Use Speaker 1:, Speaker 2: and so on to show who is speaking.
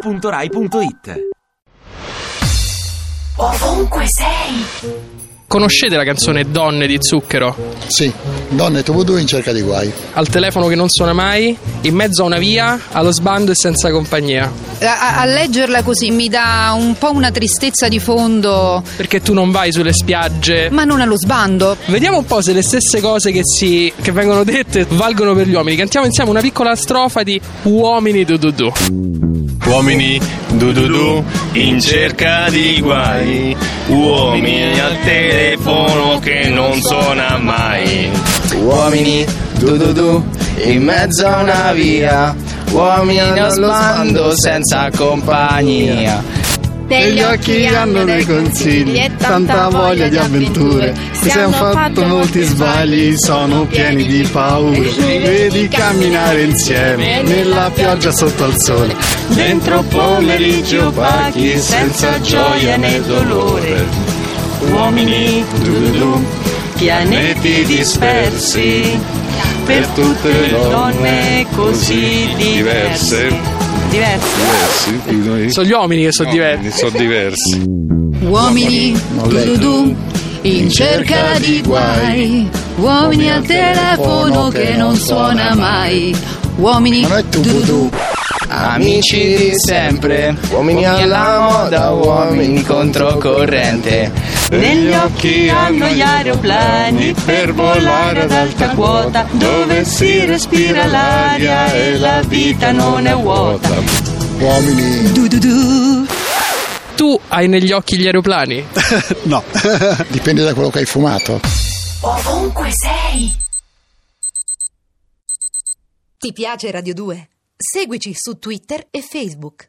Speaker 1: radio2pod.rai.it
Speaker 2: Ovunque sei,
Speaker 3: Conoscete la canzone Donne di Zucchero?
Speaker 4: Sì, donne Tobudù in cerca di guai.
Speaker 3: Al telefono che non suona mai, in mezzo a una via, allo sbando e senza compagnia.
Speaker 5: A, a- a leggerla così mi dà un po' una tristezza di fondo,
Speaker 3: Perché tu non vai sulle spiagge.
Speaker 5: ma non allo sbando.
Speaker 3: Vediamo un po' se le stesse cose che, si, che vengono dette valgono per gli uomini. Cantiamo insieme una piccola strofa di Uomini du du du.
Speaker 6: Uomini du du du in cerca di guai, uomini al telefono che non suona mai.
Speaker 7: Uomini, du du du, in mezzo a una via. Uomini allo sbando senza compagnia.
Speaker 8: Degli occhi che hanno dei consigli e tanta voglia di avventure. Se hanno fatto molti sbagli, sono pieni di paure. Vedi camminare insieme nella pioggia sotto al sole.
Speaker 6: Dentro pomeriggi opachi senza gioia né dolore. Uomini du du du, pianeti dispersi, per tutte le donne così diverse. Diversi?
Speaker 3: Sono gli uomini che sono diversi.
Speaker 6: Sono diversi.
Speaker 5: Uomini, du-du-du, in cerca di guai. Uomini al telefono che non suona mai. Uomini,
Speaker 4: Ma non è Tobudù.
Speaker 5: du-du-du,
Speaker 7: Amici di sempre, uomini alla moda, uomini controcorrente.
Speaker 6: Negli occhi hanno gli aeroplani per volare ad alta quota, dove si respira l'aria e la vita non è vuota.
Speaker 4: Uomini.
Speaker 5: du-du-du.
Speaker 3: Tu hai negli occhi gli aeroplani.
Speaker 4: No. Dipende da quello che hai fumato.
Speaker 2: ovunque sei.
Speaker 9: Ti piace Radio 2? Seguici su Twitter e Facebook.